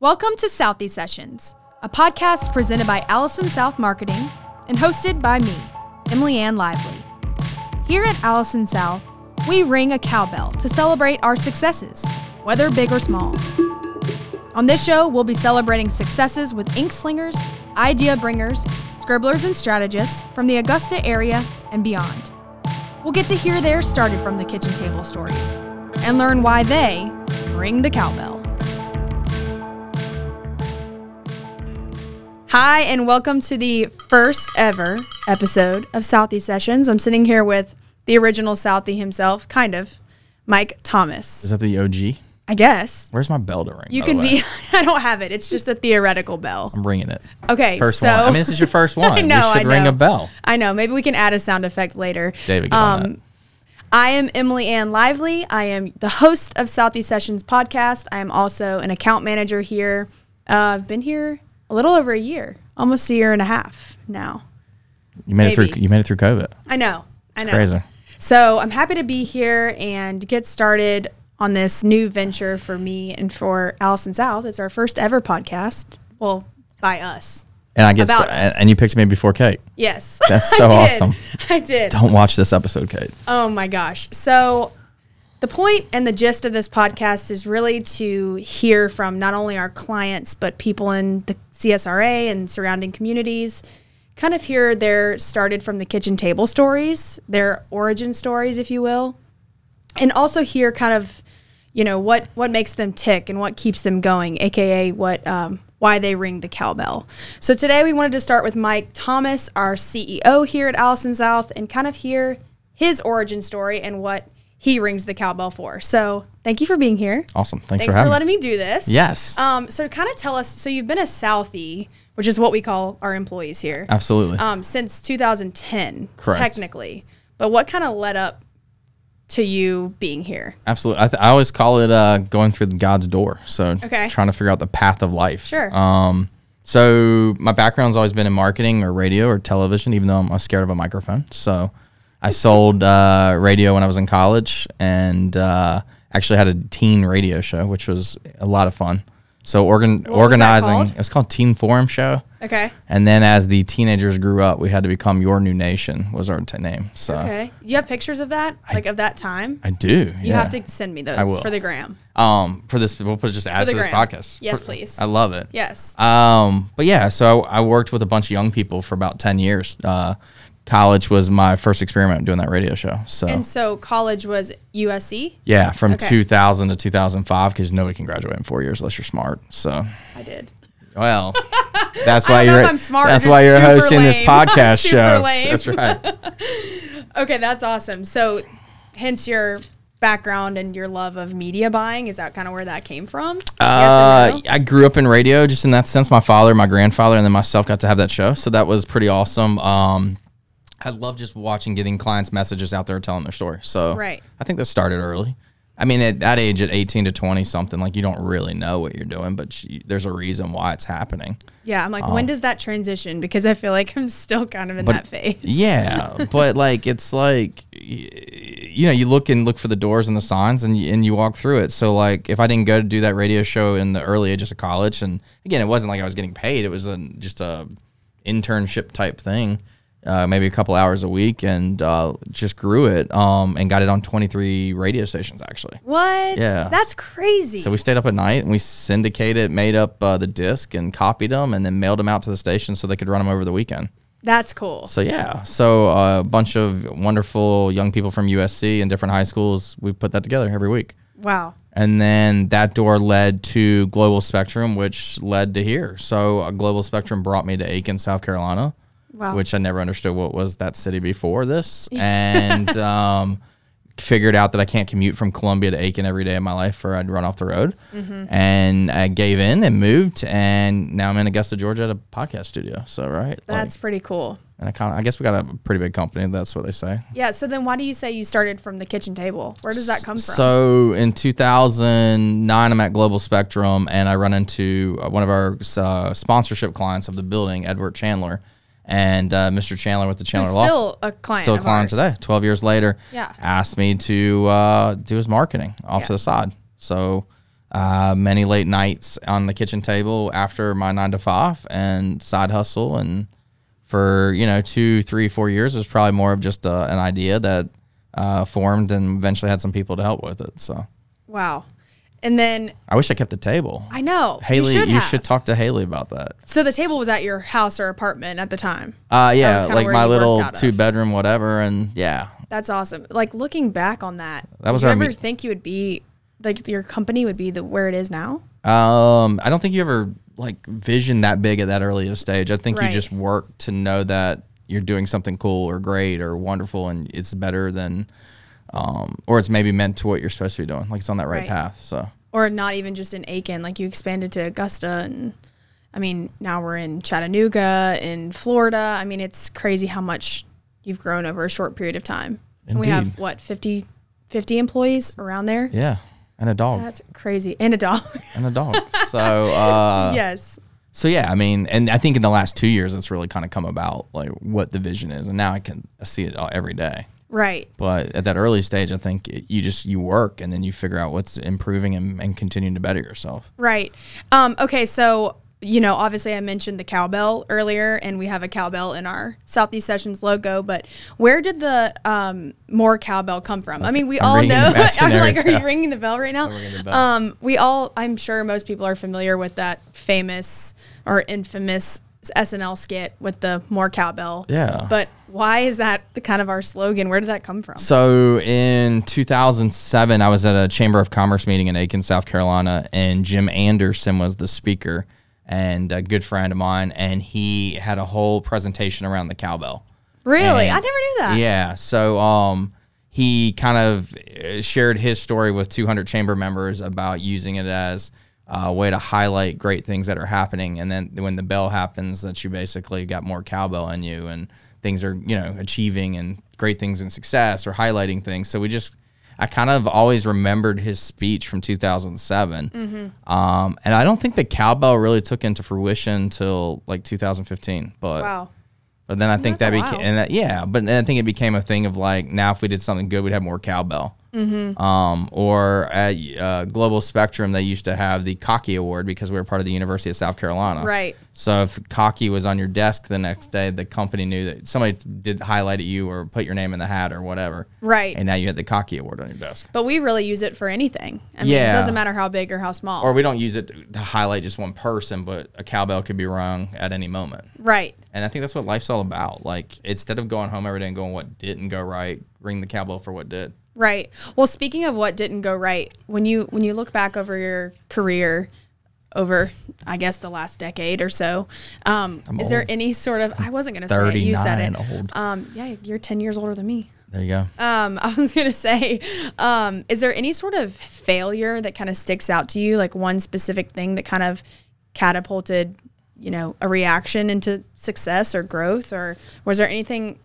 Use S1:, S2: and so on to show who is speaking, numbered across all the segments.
S1: Welcome to Southie Sessions, a podcast presented by Allison South Marketing and hosted by me, Emily Ann Lively. Here at Allison South, we ring a cowbell to celebrate our successes, whether big or small. On this show, we'll be celebrating successes with ink slingers, idea bringers, scribblers, and strategists from the Augusta area and beyond. We'll get to hear their started from the kitchen table stories and learn why they ring the cowbell. Hi, and welcome to the first ever episode of Southie Sessions. I'm sitting here with the original Southie himself, kind of, Mike Thomas,
S2: Is that the OG?
S1: I guess.
S2: Where's my bell to ring?
S1: You
S2: by
S1: can
S2: the way?
S1: be. I don't have it. It's just a theoretical bell.
S2: I'm ringing it.
S1: Okay,
S2: First
S1: so
S2: one. I mean, this is your first one.
S1: I
S2: You
S1: know.
S2: should
S1: I
S2: ring
S1: know.
S2: a bell.
S1: I know. Maybe we can add a sound effect later. Um,
S2: David, get on that.
S1: I am Emily Ann Lively. I am the host of Southeast Sessions podcast. I am also an account manager here. Uh, I've been here a little over a year, almost a year and a half now.
S2: You made it
S1: maybe.
S2: through. You made it through COVID.
S1: I know. I know.
S2: Crazy.
S1: So I'm happy to be here and get started on this new venture for me and for Allison South. It's our first ever podcast. Well, by us.
S2: And I get
S1: About
S2: st- and,
S1: us.
S2: and you picked me before Kate.
S1: Yes.
S2: That's
S1: I
S2: so
S1: did.
S2: awesome.
S1: I did.
S2: Don't watch this episode, Kate.
S1: Oh my gosh. So, the point and the gist of this podcast is really to hear from not only our clients, but people in the CSRA and surrounding communities. Kind of hear their started from the kitchen table stories, their origin stories, if you will, and also hear kind of, you know, what what makes them tick and what keeps them going, aka what um, why they ring the cowbell. So today we wanted to start with Mike Thomas, our CEO here at Allison South, and kind of hear his origin story and what he rings the cowbell for. So thank you for being here.
S2: Awesome. Thanks,
S1: Thanks
S2: for
S1: for,
S2: having
S1: letting
S2: me.
S1: me do this.
S2: Yes.
S1: Um, so kind of tell us. So you've been a Southie, which is what we call our employees here,
S2: Absolutely.
S1: um, since 2010,
S2: Uh, Correct.
S1: technically. But what kind of led up to you being here?
S2: Absolutely. I, th- I always call it uh, going through God's door. So
S1: Okay.
S2: trying to figure out the path of life.
S1: Sure.
S2: Um, so my background's always been in marketing or radio or television, even though I'm uh, scared of a microphone. So I sold uh, radio when I was in college and uh, actually had a teen radio show, which was a lot of fun. So organ-
S1: was that
S2: organizing,
S1: called?
S2: it was called Teen Forum Show.
S1: Okay.
S2: And then as the teenagers grew up, we had to become Your New Nation was our t- name. So
S1: Okay. Do you have pictures of that, like of that time?
S2: Uh, I do. You
S1: you have to send me those
S2: will.
S1: for the gram.
S2: um for this we'll put just add
S1: the
S2: to this
S1: gram.
S2: podcast
S1: Yes,
S2: For-
S1: please.
S2: i love it
S1: Yes.
S2: um but yeah so I, I worked with a bunch of young people for about 10 years uh college was my first experiment doing that radio show so
S1: and so college was USC.
S2: yeah from
S1: Okay.
S2: 2000 to 2005 because nobody can graduate in four years unless you're smart so
S1: I did.
S2: well that's
S1: I
S2: why
S1: don't know
S2: you're
S1: if I'm smart or
S2: that's
S1: just
S2: why you're
S1: super
S2: hosting this
S1: lame. I'm
S2: podcast
S1: super
S2: show
S1: lame.
S2: that's right
S1: Okay, that's awesome. So, hence your background and your love of media buying. Is that kind of where that came from? yes
S2: Uh, I grew up in radio, just in that sense. My father, my grandfather, and then myself got to have that show, so that was pretty awesome. Um, I love just watching getting clients' messages out there telling their story. So
S1: Right.
S2: I think that started early. I mean, at that age, at eighteen to twenty something, like you don't really know what you're doing, but you, there's a reason why it's happening.
S1: Yeah, I'm like, when
S2: uh,
S1: does that transition? Because I feel like I'm still kind of in that phase.
S2: Yeah, but like it's like y- you know you look and look for the doors and the signs and you, and you walk through it. So like if I didn't go to do that radio show in the early ages of college, and again it wasn't like I was getting paid; it was a, just a internship type thing, uh, maybe a couple hours a week, and uh, just grew it um, and got it on twenty three radio stations actually.
S1: What?
S2: Yeah.
S1: That's crazy.
S2: So we stayed up at night and we syndicated, made up uh, the disc and copied them, and then mailed them out to the station so they could run them over the weekend.
S1: That's cool.
S2: So yeah, so uh, a bunch of wonderful young people from USC and different high schools. We put that together every week,
S1: Wow.
S2: and then that door led to Global Spectrum, which led to here. So uh, Global Spectrum brought me to Aiken, South Carolina,
S1: Wow.
S2: which I never understood what was that city before this, and um, figured out that I can't commute from Columbia to Aiken every day of my life, or I'd run off the road.
S1: Mm-hmm.
S2: And I gave in and moved, and now I'm in Augusta, Georgia, at a podcast studio. So right, like-
S1: That's pretty cool.
S2: and I kind of, I guess we got a pretty big company. That's what they say.
S1: Yeah. So then, why do you say you started from the kitchen table? Where does that come from?
S2: So in 2009, I'm at Global Spectrum, and I run into uh, one of our uh, sponsorship clients of the building, Edward Chandler, and uh, Mr. Chandler with the Chandler
S1: Who's
S2: Law.
S1: still a client.
S2: still a
S1: of
S2: client
S1: ours.
S2: today, 12 years later.
S1: Yeah.
S2: Asked me to uh, do his marketing off
S1: Yeah.
S2: to the side. So uh, many late nights on the kitchen table after my nine to five and side hustle. And for, you know, two, three, four years, it was probably more of just uh, an idea that uh, formed and eventually had some people to help with it. So
S1: Wow. And then
S2: I wish I kept the table.
S1: I know
S2: Haley, you should,
S1: have.
S2: talk to Haley about that.
S1: So the table was at your house or apartment at the time.
S2: Uh, yeah,
S1: was kinda
S2: like
S1: where
S2: my
S1: you worked
S2: little
S1: out of.
S2: two bedroom, whatever. And yeah,
S1: That's awesome. Like looking back on that,
S2: That was
S1: did you
S2: our
S1: ever
S2: meet-
S1: think you would be like your company would be the where it is now?
S2: Um, I don't think you ever like vision that big at that early of stage. I think
S1: Right.
S2: you just work to know that you're doing something cool or great or wonderful, and it's better than, um, or it's maybe meant to what you're supposed to be doing. Like it's on that right,
S1: Right.
S2: path. So
S1: Or not even just in Aiken, like you expanded to Augusta and I mean, now we're in Chattanooga in Florida. I mean, it's crazy how much you've grown over a short period of time. And we have
S2: Indeed.
S1: what 50, 50 employees around there.
S2: yeah, and a dog,
S1: That's crazy. And a dog.
S2: and a dog. so uh,
S1: yes.
S2: so yeah, I mean, and I think in the last two years, it's really kind of come about like what the vision is, and now I can see it all, every day.
S1: Right.
S2: But at that early stage, I think it, you just you work and then you figure out what's improving and, and continuing to better yourself.
S1: Right. Um, okay, so you know, obviously I mentioned the cowbell earlier and we have a cowbell in our Southeast Sessions logo, but where did the um, more cowbell come from? I mean, we
S2: I'm
S1: all
S2: ringing
S1: know.
S2: the
S1: I'm
S2: imaginary
S1: like, are you
S2: bell.
S1: ringing the bell right now?
S2: ringing the bell.
S1: Um, we all, I'm sure most people are familiar with that famous or infamous SNL skit with the more cowbell.
S2: Yeah.
S1: But why is that kind of our slogan? Where did that come from?
S2: So in 2007, I was at a Chamber of Commerce meeting in Aiken, South Carolina, and Jim Anderson was the speaker and a good friend of mine, and he had a whole presentation around the cowbell.
S1: Really?
S2: And-
S1: I never knew that.
S2: Yeah. So um, he kind of uh, shared his story with 200 chamber members about using it as uh, a way to highlight great things that are happening. And then when the bell happens, that you basically got more cowbell in you and things are, you know, achieving and great things in success or highlighting things. So we just, I kind of always remembered his speech from 2007.
S1: Mm-hmm.
S2: Um, and I don't think the cowbell really took into fruition until like 2015. But
S1: Wow.
S2: but then I think
S1: that's
S2: that
S1: a
S2: became,
S1: while.
S2: and that, yeah, but then I think it became a thing of like now if we did something good, we'd have more cowbell. Mm-hmm. Um, or at uh, Global Spectrum, they used to have the Cocky Award because we were part of the University of South Carolina.
S1: Right.
S2: So if Cocky was on your desk the next day, the company knew that somebody did highlight at you or put your name in the hat or whatever.
S1: Right.
S2: And now you had the Cocky Award on your desk.
S1: But we really use it for anything. I mean, it
S2: Yeah.
S1: doesn't matter how big or how small.
S2: Or we don't use it to- to highlight just one person, but a cowbell could be rung at any moment.
S1: right.
S2: And I think that's what life's all about. Like instead of going home every day and going what didn't go right, ring the cowbell for what did.
S1: Right. Well, speaking of what didn't go right, when you when you look back over your career, over I guess the last decade or so, um, is there
S2: old.
S1: any sort of I wasn't going to say it, you said it.
S2: 39 old.
S1: Um, yeah, you're ten years older than me.
S2: There you go.
S1: Um, I was going to say, um, is there any sort of failure that kind of sticks out to you, like one specific thing that kind of catapulted, you know, a reaction into success or growth, or was there anything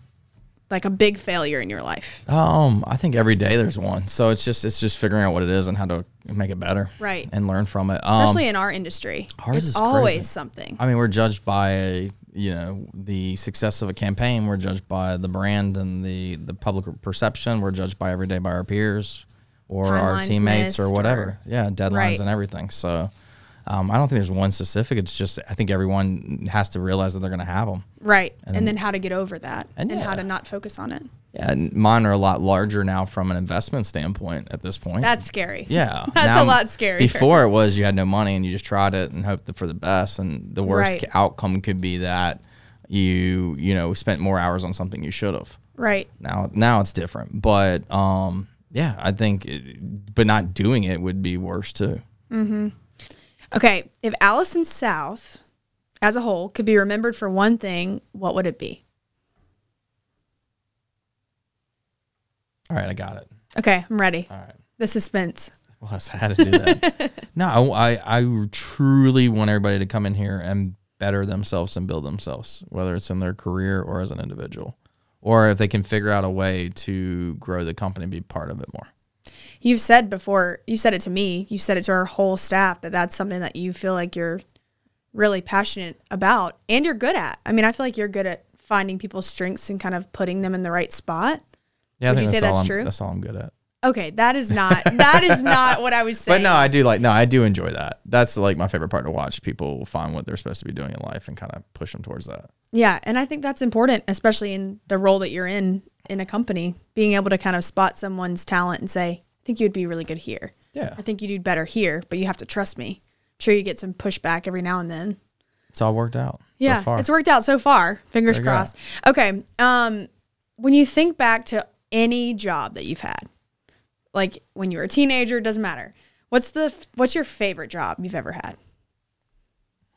S1: like a big failure in your life?
S2: Um, I think every day there's one. So it's just it's just figuring out what it is and how to make it better.
S1: Right.
S2: And learn from it. Um,
S1: especially in our industry.
S2: ours
S1: it's
S2: is crazy.
S1: always something.
S2: I mean, we're judged by you know the success of a campaign. We're judged by the brand and the the public perception. We're judged by every day by our peers or our
S1: Timelines
S2: teammates or
S1: missed
S2: whatever.
S1: or-
S2: yeah, deadlines
S1: Right.
S2: and everything. So. Um, I don't think there's one specific. It's just I think everyone has to realize that they're going to have them.
S1: Right. And, then how to get over that and,
S2: And
S1: how
S2: yeah.
S1: to not focus on it.
S2: Yeah, and mine are a lot larger now from an investment standpoint at this point.
S1: That's scary.
S2: Yeah,
S1: That's
S2: Now
S1: a
S2: I'm-
S1: lot scarier.
S2: Before it was you had no money and you just tried it and hoped for the best, and the worst
S1: Right.
S2: ca- outcome could be that you you know spent more hours on something you should have.
S1: Right.
S2: Now now it's different, but um yeah, I think, it, but not doing it would be worse too.
S1: Okay. If Allison South as a whole could be remembered for one thing, what would it be?
S2: All right, I got it.
S1: Okay. I'm ready.
S2: All right.
S1: The suspense.
S2: Well, I had to do that. no, I, I I truly want everybody to come in here and better themselves and build themselves, whether it's in their career or as an individual, or if they can figure out a way to grow the company, and be part of it more.
S1: You've said before, you said it to me, you said it to our whole staff that that's something that you feel like you're really passionate about and you're good at. I mean, I feel like you're good at finding people's strengths and kind of putting them in the right spot.
S2: Yeah,
S1: Would
S2: I
S1: you
S2: think
S1: say
S2: all
S1: that's
S2: I'm-
S1: true?
S2: That's all I'm good at.
S1: Okay, that is not that is not what I was
S2: But
S1: saying.
S2: no, I do like no, I do enjoy that. That's like my favorite part to watch. People find what they're supposed to be doing in life and kind of push them towards that.
S1: Yeah, and I think that's important, especially in the role that you're in in a company, being able to kind of spot someone's talent and say, "I think you'd be really good here.
S2: Yeah,
S1: I think you'd do better here, but you have to trust me." I'm sure you get some pushback every now and then.
S2: it's all worked out.
S1: Yeah,
S2: so far.
S1: it's worked out so far. Fingers
S2: There you go.
S1: crossed. Okay. Um, when you think back to any job that you've had, like when you were a teenager, doesn't matter. What's the f- what's your favorite job you've ever had?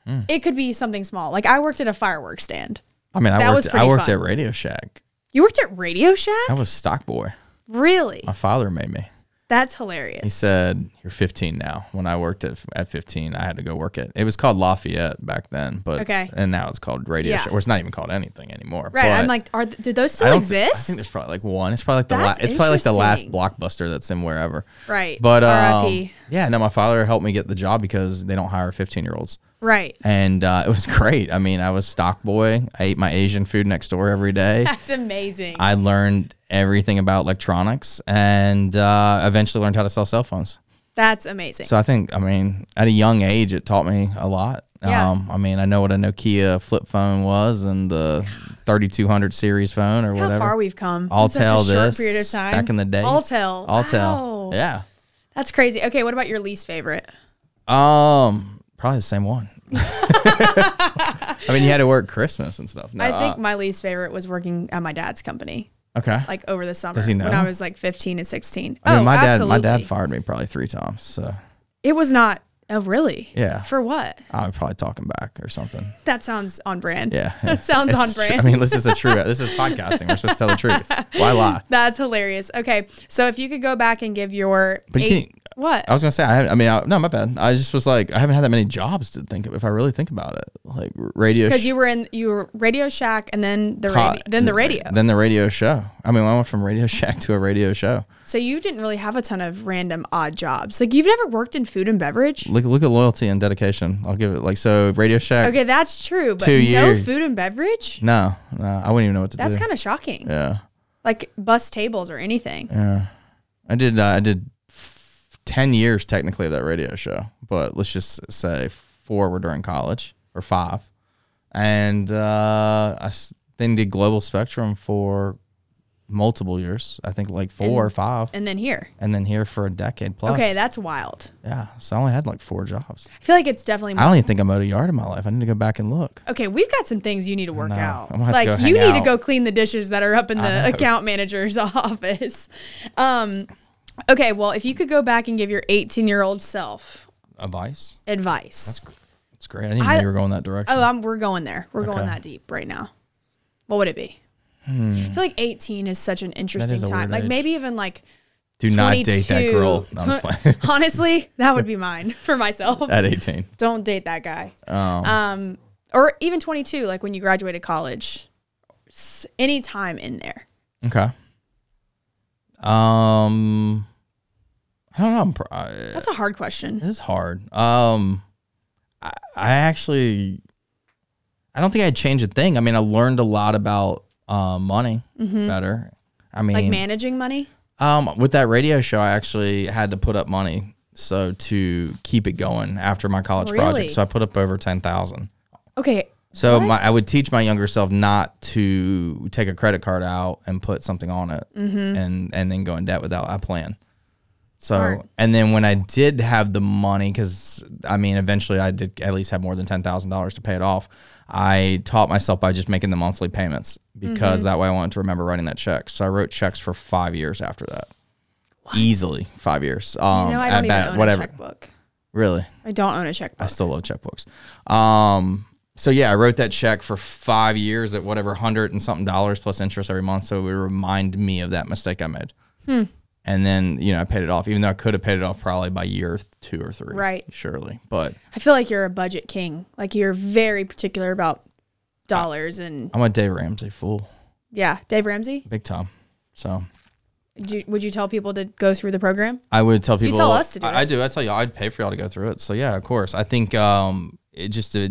S2: Hmm.
S1: It could be something small. Like I worked at a fireworks stand.
S2: I mean, I
S1: That was
S2: worked. I
S1: pretty
S2: worked
S1: fun.
S2: at Radio Shack.
S1: You worked at Radio Shack?
S2: I was stock boy.
S1: Really?
S2: My father made me.
S1: That's
S2: He
S1: hilarious.
S2: said, "You're 15 now." When I worked at at 15, I had to go work at. It was called Lafayette back then, but
S1: Okay.
S2: and now it's called Radio
S1: Yeah.
S2: Shack. Or it's not even called anything anymore.
S1: right. I'm
S2: but-
S1: like, are th- do those
S2: I
S1: still
S2: don't thi- I
S1: exist?
S2: think there's probably like one. It's probably like the
S1: That's
S2: last. It's probably like the last
S1: interesting.
S2: blockbuster that's in wherever.
S1: Right.
S2: But um,
S1: R.I.P..
S2: yeah, no, my father helped me get the job because they don't hire 15 year olds,
S1: right.
S2: and uh, it was great. I mean, I was stock boy. I ate my Asian food next door every day.
S1: That's amazing.
S2: I learned everything about electronics, and uh, eventually learned how to sell cell phones.
S1: That's amazing.
S2: So I think, I mean, at a young age, it taught me a lot.
S1: Yeah.
S2: Um, I mean, I know what a Nokia flip phone was and the 3200 series phone or
S1: Look
S2: whatever.
S1: How far we've come.
S2: I'll
S1: in such a
S2: tell
S1: short
S2: this
S1: period of time.
S2: back in the day.
S1: I'll tell.
S2: I'll tell.
S1: Wow.
S2: Yeah.
S1: That's crazy. Okay, what about your least favorite?
S2: Um, probably the same one. I mean, you had to work Christmas and stuff. No,
S1: I think my least favorite was working at my dad's company,
S2: uh, okay.
S1: like over the summer
S2: he
S1: when
S2: know?
S1: I was like 15 and 16.
S2: I mean,
S1: oh,
S2: my dad,
S1: absolutely.
S2: my dad fired me probably three times. So
S1: it was not. Oh, really?
S2: Yeah.
S1: For what?
S2: I'm probably talking back or something.
S1: That sounds on brand.
S2: Yeah.
S1: That sounds
S2: It's
S1: on
S2: tru-
S1: brand.
S2: I mean, this is a true. This is podcasting. We're supposed to tell the truth. Why lie?
S1: That's hilarious. Okay, so if you could go back and give your
S2: But you
S1: eight-
S2: can't- Oh,
S1: what?
S2: I was gonna say, I, haven't- I mean, I, no, my bad. I just was like, I haven't had that many jobs to think of. If I really think about it, like r- radio,
S1: Because
S2: sh-
S1: you were in you were Radio Shack and then the
S2: co-
S1: radio, then the radio.
S2: then the radio show. I mean, I went from Radio Shack to a radio show.
S1: so you didn't really have a ton of random odd jobs. Like you've never worked in food and beverage.
S2: Look, look at loyalty and dedication. I'll give it like so. Radio Shack.
S1: Okay, that's true. But
S2: Two
S1: no
S2: years.
S1: food and beverage.
S2: No, no, I wouldn't even know what to
S1: That's
S2: do.
S1: kind of shocking.
S2: yeah,
S1: Like bus tables or anything.
S2: yeah. I did. Uh, I did f- ten years technically of that radio show, but let's just say four were during college or five, and uh, I s- then did Global Spectrum for multiple years. I think like four or five,
S1: And then here.
S2: and then here for a decade plus.
S1: Okay, that's wild.
S2: yeah. So I only had like four jobs.
S1: I feel like it's definitely.
S2: I don't even think I mowed a yard in my life. I need to go back and look.
S1: Okay, we've got some things you need to work
S2: know.
S1: out.
S2: I'm gonna have to
S1: Like
S2: go
S1: you
S2: hang
S1: need to
S2: out.
S1: go clean the dishes that are up in the account manager's office. Um, okay, well, if you could go back and give your 18 year old self
S2: Advice.
S1: advice.
S2: It's great. I didn't even
S1: I-
S2: know you were going that direction.
S1: oh, I'm, we're going there. We're going
S2: Okay.
S1: that deep right now. What would it be? I feel like 18 is such an interesting
S2: a
S1: time.
S2: weird
S1: Like
S2: age.
S1: maybe even like
S2: do
S1: 22.
S2: not date that girl. No, I'm just playing.
S1: Tw- Honestly, that would be mine for myself.
S2: At 18.
S1: Don't date that guy.
S2: Oh.
S1: um, or even 22, like when you graduated college, S- any time in there.
S2: Okay. Um, I don't know. I'm pro- I,
S1: That's a hard question.
S2: this is hard. Um, I, I actually, I don't think I'd change a thing. I mean, I learned a lot about uh, money better. I mean,
S1: Mm-hmm. Like managing money.
S2: um, with that radio show, I actually had to put up money so to keep it going after my college
S1: Really?
S2: project. So I put up over ten thousand.
S1: Okay.
S2: So
S1: What?
S2: my, I would teach my younger self not to take a credit card out and put something on it,
S1: Mm-hmm.
S2: and and then go in debt without a plan. So
S1: Smart.
S2: and then when I did have the money, because I mean eventually I did at least have more than ten thousand dollars to pay it off. I taught myself by just making the monthly payments because
S1: Mm-hmm.
S2: that way I wanted to remember writing that check. So I wrote checks for five years after that, easily five years. Um,
S1: You know, I
S2: at
S1: don't even
S2: that-
S1: own
S2: whatever.
S1: a checkbook.
S2: Really,
S1: I don't own a
S2: I
S1: checkbook.
S2: still love checkbooks. Um, so yeah, I wrote that check for five years at whatever hundred and something dollars plus interest every month. So it would remind me of that mistake I made.
S1: Hmm.
S2: And then you know I paid it off, even though I could have paid it off probably by year two or three,
S1: Right.
S2: Surely, but
S1: I feel like you're a budget king. Like you're very particular about dollars and
S2: I'm a Dave Ramsey fool,
S1: yeah. Dave Ramsey,
S2: big time. So
S1: do, would you tell people to go through the program?
S2: I would tell people.
S1: tell us to do
S2: I, I do. I tell you, I'd pay for y'all to go through it. So yeah, of course. I think um, it just. uh,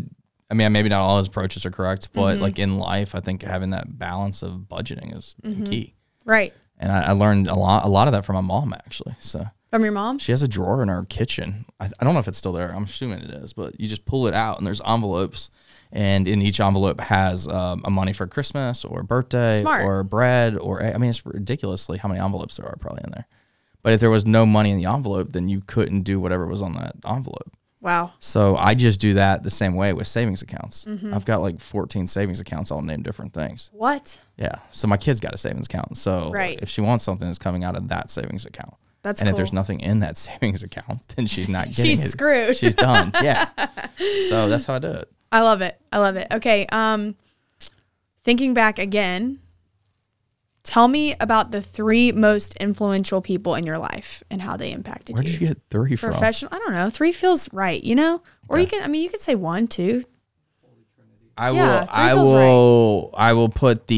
S2: I mean, maybe not all his
S1: Mm-hmm. Mm-hmm.
S2: approaches are correct, but like in life, I think having that balance of budgeting is key.
S1: Right.
S2: and I, I learned a lot a lot of that from my mom actually. So
S1: From your mom?
S2: she has a drawer in her kitchen. I, I don't know if it's still there. I'm assuming it is, but you just pull it out and there's envelopes, and in each envelope has um, a money for Christmas or birthday
S1: Smart.
S2: or bread or I mean it's ridiculously how many envelopes there are probably in there. But if there was no money in the envelope, then you couldn't do whatever was on that envelope.
S1: Wow.
S2: So I just do that the same way with savings accounts. I've got like 14 savings accounts all named different things.
S1: What?
S2: Yeah. So my kid's got a savings account. So
S1: Right.
S2: if she wants something, it's coming out of that savings account.
S1: That's
S2: and if there's
S1: cool.
S2: nothing in that savings account, then she's not getting
S1: She's
S2: it.
S1: screwed.
S2: She's done. Yeah. so that's how I do it.
S1: I love it. I love it. Okay. Um, thinking back again, tell me about the three most influential people in your life and how they impacted
S2: Where did you get three from?
S1: Professional. I don't know. Three feels right. You know, or you can. I mean, you could say one, two.
S2: I
S1: Yeah,
S2: will.
S1: three
S2: I
S1: feels right.
S2: will. I will put the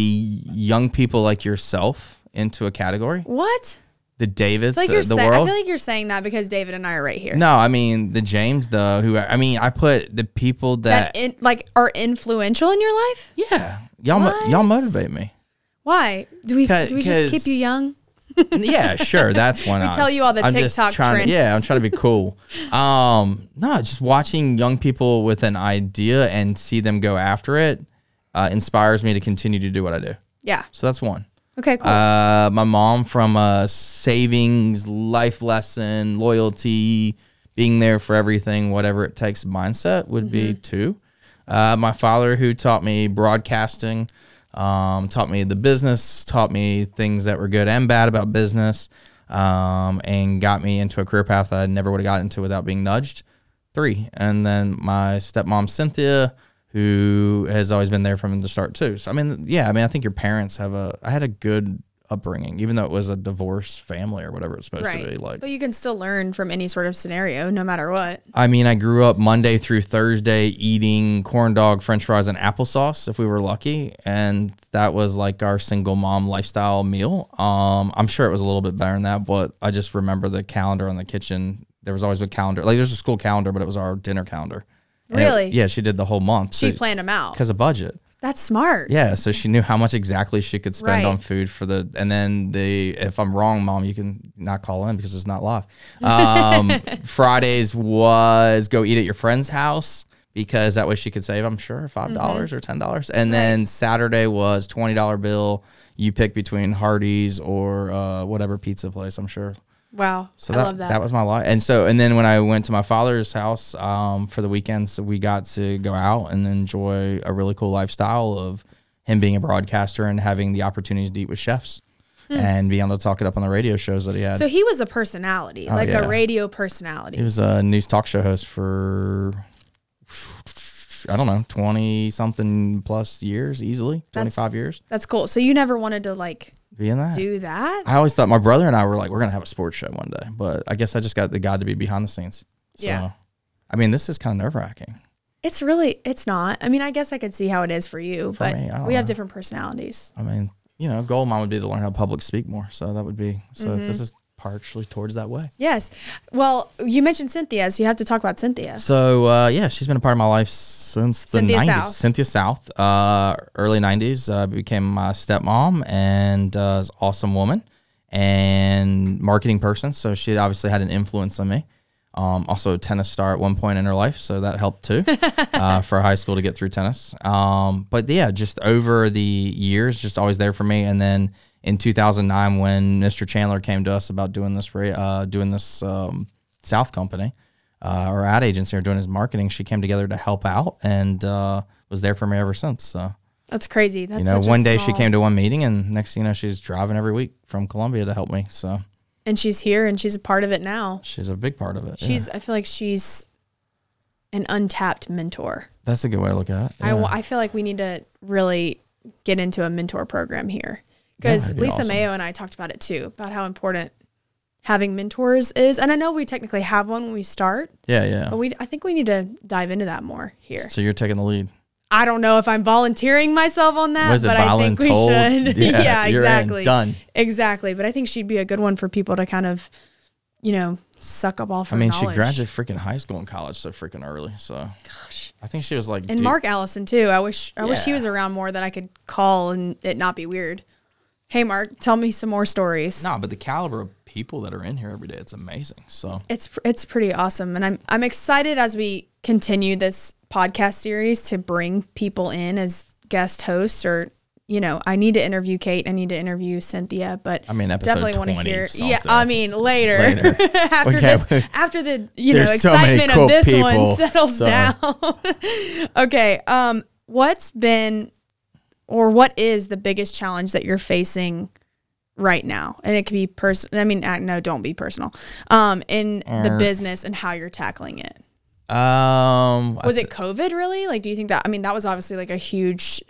S2: young people like yourself into a category.
S1: What?
S2: The Davids,
S1: I feel like
S2: the,
S1: you're
S2: the
S1: saying. I
S2: world.
S1: feel like you're saying that because David and I are right here.
S2: no, I mean the James, the who. I mean, I put the people that
S1: That in, like are influential in your life.
S2: Yeah, y'all mo-
S1: What?
S2: y'all motivate me.
S1: Why do we
S2: Ca-
S1: do we just keep
S2: 'cause-
S1: you young?
S2: Yeah, sure, that's one. I
S1: tell you all the
S2: I'm just
S1: TikTok
S2: trying
S1: trends.
S2: To, yeah, I'm trying to be cool. Um, no, just watching young people with an idea and see them go after it uh, inspires me to continue to do what I do.
S1: Yeah.
S2: So that's one.
S1: Okay. Cool.
S2: Uh, my mom from a savings, life lesson, loyalty, being there for everything, whatever it takes mindset would be
S1: Mm-hmm.
S2: two. Uh, my father, who taught me broadcasting, um, taught me the business, taught me things that were good and bad about business, um, and got me into a career path that I never would have got into without being nudged. Three. And then my stepmom, Cynthia, who has always been there from the start too. So I mean, yeah, I mean, I think your parents have a. I had a good upbringing, even though it was a divorced family or whatever it's supposed to be.
S1: right.
S2: Like,
S1: but you can still learn from any sort of scenario, no matter what.
S2: I mean, I grew up Monday through Thursday eating corn dog, French fries, and applesauce if we were lucky, and that was like our single mom lifestyle meal. Um, I'm sure it was a little bit better than that, but I just remember the calendar in the kitchen. There was always a calendar, like there's a school calendar, but it was our dinner calendar. And it-
S1: Really?
S2: yeah, she did the whole month.
S1: She planned them out.
S2: because of budget.
S1: That's smart.
S2: Yeah, so she knew how much exactly she could spend
S1: Right.
S2: on food for the, and then the. If I'm wrong, mom, you can not call in because it's not live. Um, Fridays was go eat at your friend's house because that way she could save. I'm sure five dollars or ten dollars, and then Saturday was twenty dollar bill. You pick between Hardee's or uh, whatever pizza place. I'm sure.
S1: Wow.
S2: So
S1: I
S2: that,
S1: love that.
S2: was my life. And so, and then when I went to my father's house um, for the weekends, we got to go out and enjoy a really cool lifestyle of him being a broadcaster and having the opportunities to eat with chefs and being able to talk it up on the radio shows that he had.
S1: Hmm. so he was a personality, like
S2: yeah.
S1: a radio personality.
S2: he was a news talk show host for, I don't know, 20 something plus years easily,
S1: That's-
S2: 25 years.
S1: That's cool. So you never wanted to like
S2: Being that.
S1: do that?
S2: I always thought my brother and I were like, we're gonna have a sports show one day, but I guess I just got the God to be behind the scenes. So,
S1: Yeah.
S2: I mean, this is kind of nerve wracking.
S1: It's really it's not. I mean, I guess I could see how it is for you, but
S2: me, I don't
S1: we have
S2: know.
S1: different personalities.
S2: I mean, you know, goal of mine would be to learn how to public speak more. So that would be. So this is partially towards that way.
S1: Yes. Well, you mentioned Cynthia, so you have to talk about Cynthia.
S2: So uh, yeah, she's been a part of my life since the
S1: Cynthia
S2: 90s.
S1: South.
S2: Cynthia South, uh, early 90s, uh, became my stepmom and uh, is an awesome woman and marketing person. So she obviously had an influence on me. Um, also a tennis star at one point in her life, so that helped too uh, for high school to get through tennis. Um, but yeah, just over the years, just always there for me. And then in 2009, when Mr. Chandler came to us about doing this, ra- uh, doing this um, South company, uh, our ad agency are doing his marketing. She came together to help out and uh, was there for me ever since. So
S1: That's crazy. That's
S2: you know,
S1: such a
S2: one day she
S1: small-
S2: came to one meeting, and next thing you know, she's driving every week from Columbia to help me. So
S1: and she's here and she's a part of it now.
S2: she's a big part of it. yeah.
S1: She's I feel like she's an untapped mentor.
S2: that's a good way to look at it.
S1: I
S2: Yeah.
S1: wa- I feel like we need to really get into a mentor program here because
S2: that'd be
S1: Lisa
S2: awesome.
S1: Mayo and I talked about it too about how important having mentors is, and I know we technically have one when we start,
S2: yeah, yeah.
S1: but we I think we need to dive into that more here.
S2: So you're taking the lead.
S1: I don't know if I'm volunteering myself on that,
S2: What is it,
S1: but I think we
S2: voluntold?
S1: should.
S2: Yeah,
S1: Yeah,
S2: you're in.
S1: exactly.
S2: Done.
S1: Exactly, but I think she'd be a good one for people to kind of, you know, suck up all
S2: I
S1: from.
S2: mean,
S1: knowledge.
S2: she graduated freaking high school and college so freaking early. So
S1: Gosh.
S2: I think she was like
S1: and
S2: dude,
S1: Mark Allison too. I wish I wish he
S2: Yeah.
S1: was around more that I could call and it not be weird. Hey, Mark, tell me some more stories.
S2: No, but the caliber of people that are in here every day, it's amazing. So
S1: It's it's pretty awesome, and I'm I'm excited as we continue this podcast series to bring people in as guest hosts or. You know, I need to interview Kate. I need to interview Cynthia, but
S2: I mean, episode
S1: definitely want to
S2: 20
S1: hear.
S2: something.
S1: Yeah, I mean later,
S2: Later.
S1: after
S2: We can't-
S1: this, after the you know
S2: There's so many
S1: excitement
S2: cool
S1: of this
S2: people,
S1: one settles
S2: so-
S1: down. okay, um, what's been or what is the biggest challenge that you're facing right now? And it could be personal. I mean, uh, no, don't be personal. Um, in the
S2: Er.
S1: business and how you're tackling it.
S2: um,
S1: Was it COVID really? Like, do you think that? I mean, that was obviously like a huge.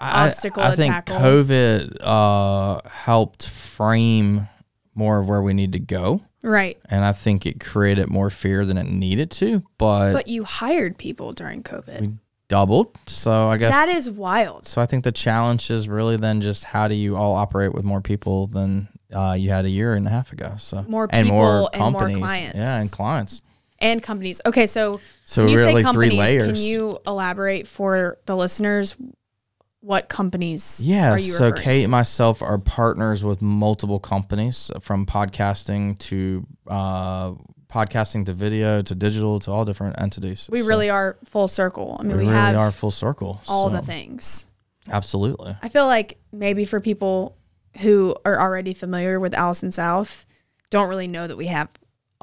S2: I, I-
S1: obstacle
S2: I
S1: to
S2: think
S1: tackle?
S2: COVID uh, helped frame more of where we need to go,
S1: Right.
S2: and I think it created more fear than it needed to, but,
S1: But you hired people during COVID.
S2: doubled. So I guess
S1: That is wild.
S2: so. I think the challenge is really then just how do you all operate with more people than uh, you had a year and a half ago? So
S1: More
S2: and more
S1: people and more
S2: companies,
S1: clients.
S2: yeah, and clients.
S1: And companies. Okay. So,
S2: So
S1: when you
S2: really
S1: say companies,
S2: three layers.
S1: can you elaborate for the listeners what companies
S2: Yeah.
S1: are you
S2: So
S1: referring
S2: Kate and myself are partners with multiple companies uh, from podcasting to uh, podcasting to video to digital to all different entities.
S1: to? We
S2: So
S1: really are full circle. I
S2: we
S1: mean, we,
S2: really
S1: have
S2: are full circle.
S1: all
S2: so-
S1: the things.
S2: Absolutely.
S1: I feel like maybe for people who are already familiar with Allison South, don't really know that we have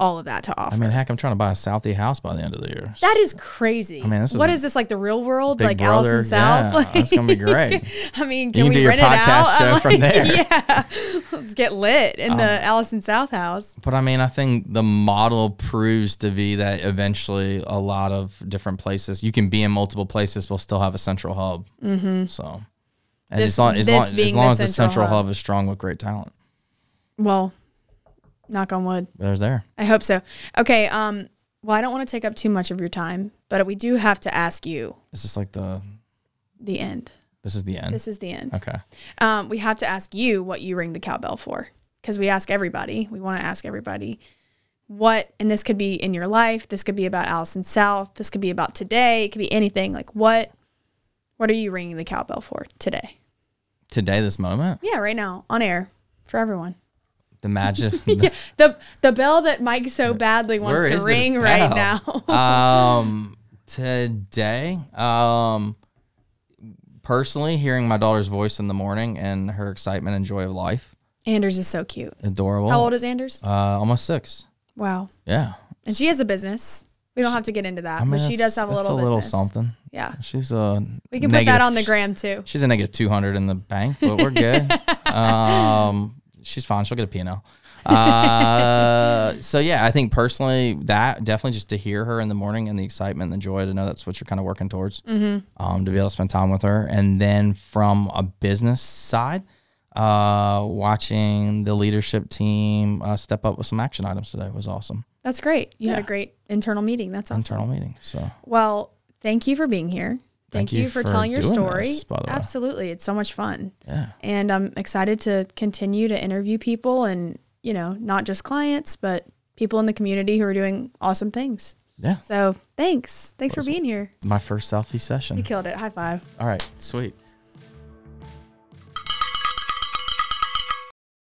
S1: all of that to offer.
S2: I mean, heck, I'm trying to buy a Southie house by the end of the year.
S1: that is crazy. I
S2: mean, this is
S1: what
S2: a
S1: is this like the real world,
S2: Big
S1: like
S2: Brother,
S1: Allison South?
S2: yeah, it's gonna be great.
S1: I mean, can
S2: You can
S1: we
S2: do your
S1: rent it out?
S2: podcast show
S1: I'm
S2: from there. Um,
S1: Yeah, let's get lit in the Allison South house.
S2: But I mean, I think the model proves to be that eventually a lot of different places you can be in multiple places, but still have a central hub. Mm-hmm. So, and
S1: This-
S2: as long as,
S1: this
S2: long, as,
S1: being
S2: long
S1: the
S2: as the
S1: central
S2: central
S1: hub.
S2: hub is strong with great talent,
S1: Well, knock on wood.
S2: there's there.
S1: I hope so. Okay. Um. Well, I don't want to take up too much of your time, but we do have to ask you
S2: This is like the
S1: the end.
S2: this is the end.
S1: This is the end.
S2: okay.
S1: Um, we have to ask you what you ring the cowbell for because we ask everybody. We want to ask everybody what, and this could be in your life. This could be about Allison South. This could be about today. It could be anything. Like what? What are you ringing the cowbell for today?
S2: Today, this moment,
S1: Yeah, right now on air for everyone.
S2: the magic.
S1: The the bell that Mike so badly wants
S2: Where
S1: to
S2: is this
S1: ring right
S2: bell?
S1: now.
S2: um, today, um, personally, hearing my daughter's voice in the morning and her excitement and joy of life,
S1: Anders is so cute.
S2: adorable.
S1: How old is Anders?
S2: uh, almost six.
S1: Wow.
S2: Yeah.
S1: And she has a business. We don't have to get into that,
S2: I mean,
S1: but she does
S2: it's-
S1: have a
S2: it's
S1: little
S2: a little
S1: business.
S2: something.
S1: Yeah.
S2: She's a.
S1: We can put that on the gram too.
S2: She's a negative two hundred in the bank, but we're good. um, she's fine. She'll get a P&L. Uh, so yeah, I think personally that definitely just to hear her in the morning and the excitement and the joy to know that's what you're kind of working towards.
S1: Mm-hmm.
S2: Um, to be able to spend time with her, and then from a business side, uh, watching the leadership team uh, step up with some action items today was awesome.
S1: That's great. You had a great internal meeting. That's awesome.
S2: Internal meeting. So
S1: Well, thank you for being here. Thank,
S2: Thank
S1: you,
S2: you
S1: for,
S2: for
S1: telling your
S2: doing
S1: story.
S2: this, by the way.
S1: Absolutely. It's so much fun.
S2: yeah.
S1: And I'm excited to continue to interview people and, you know, not just clients, but people in the community who are doing awesome things.
S2: Yeah,
S1: So thanks. Thanks for being here.
S2: my first selfie session.
S1: You killed it. High five.
S2: All right, sweet.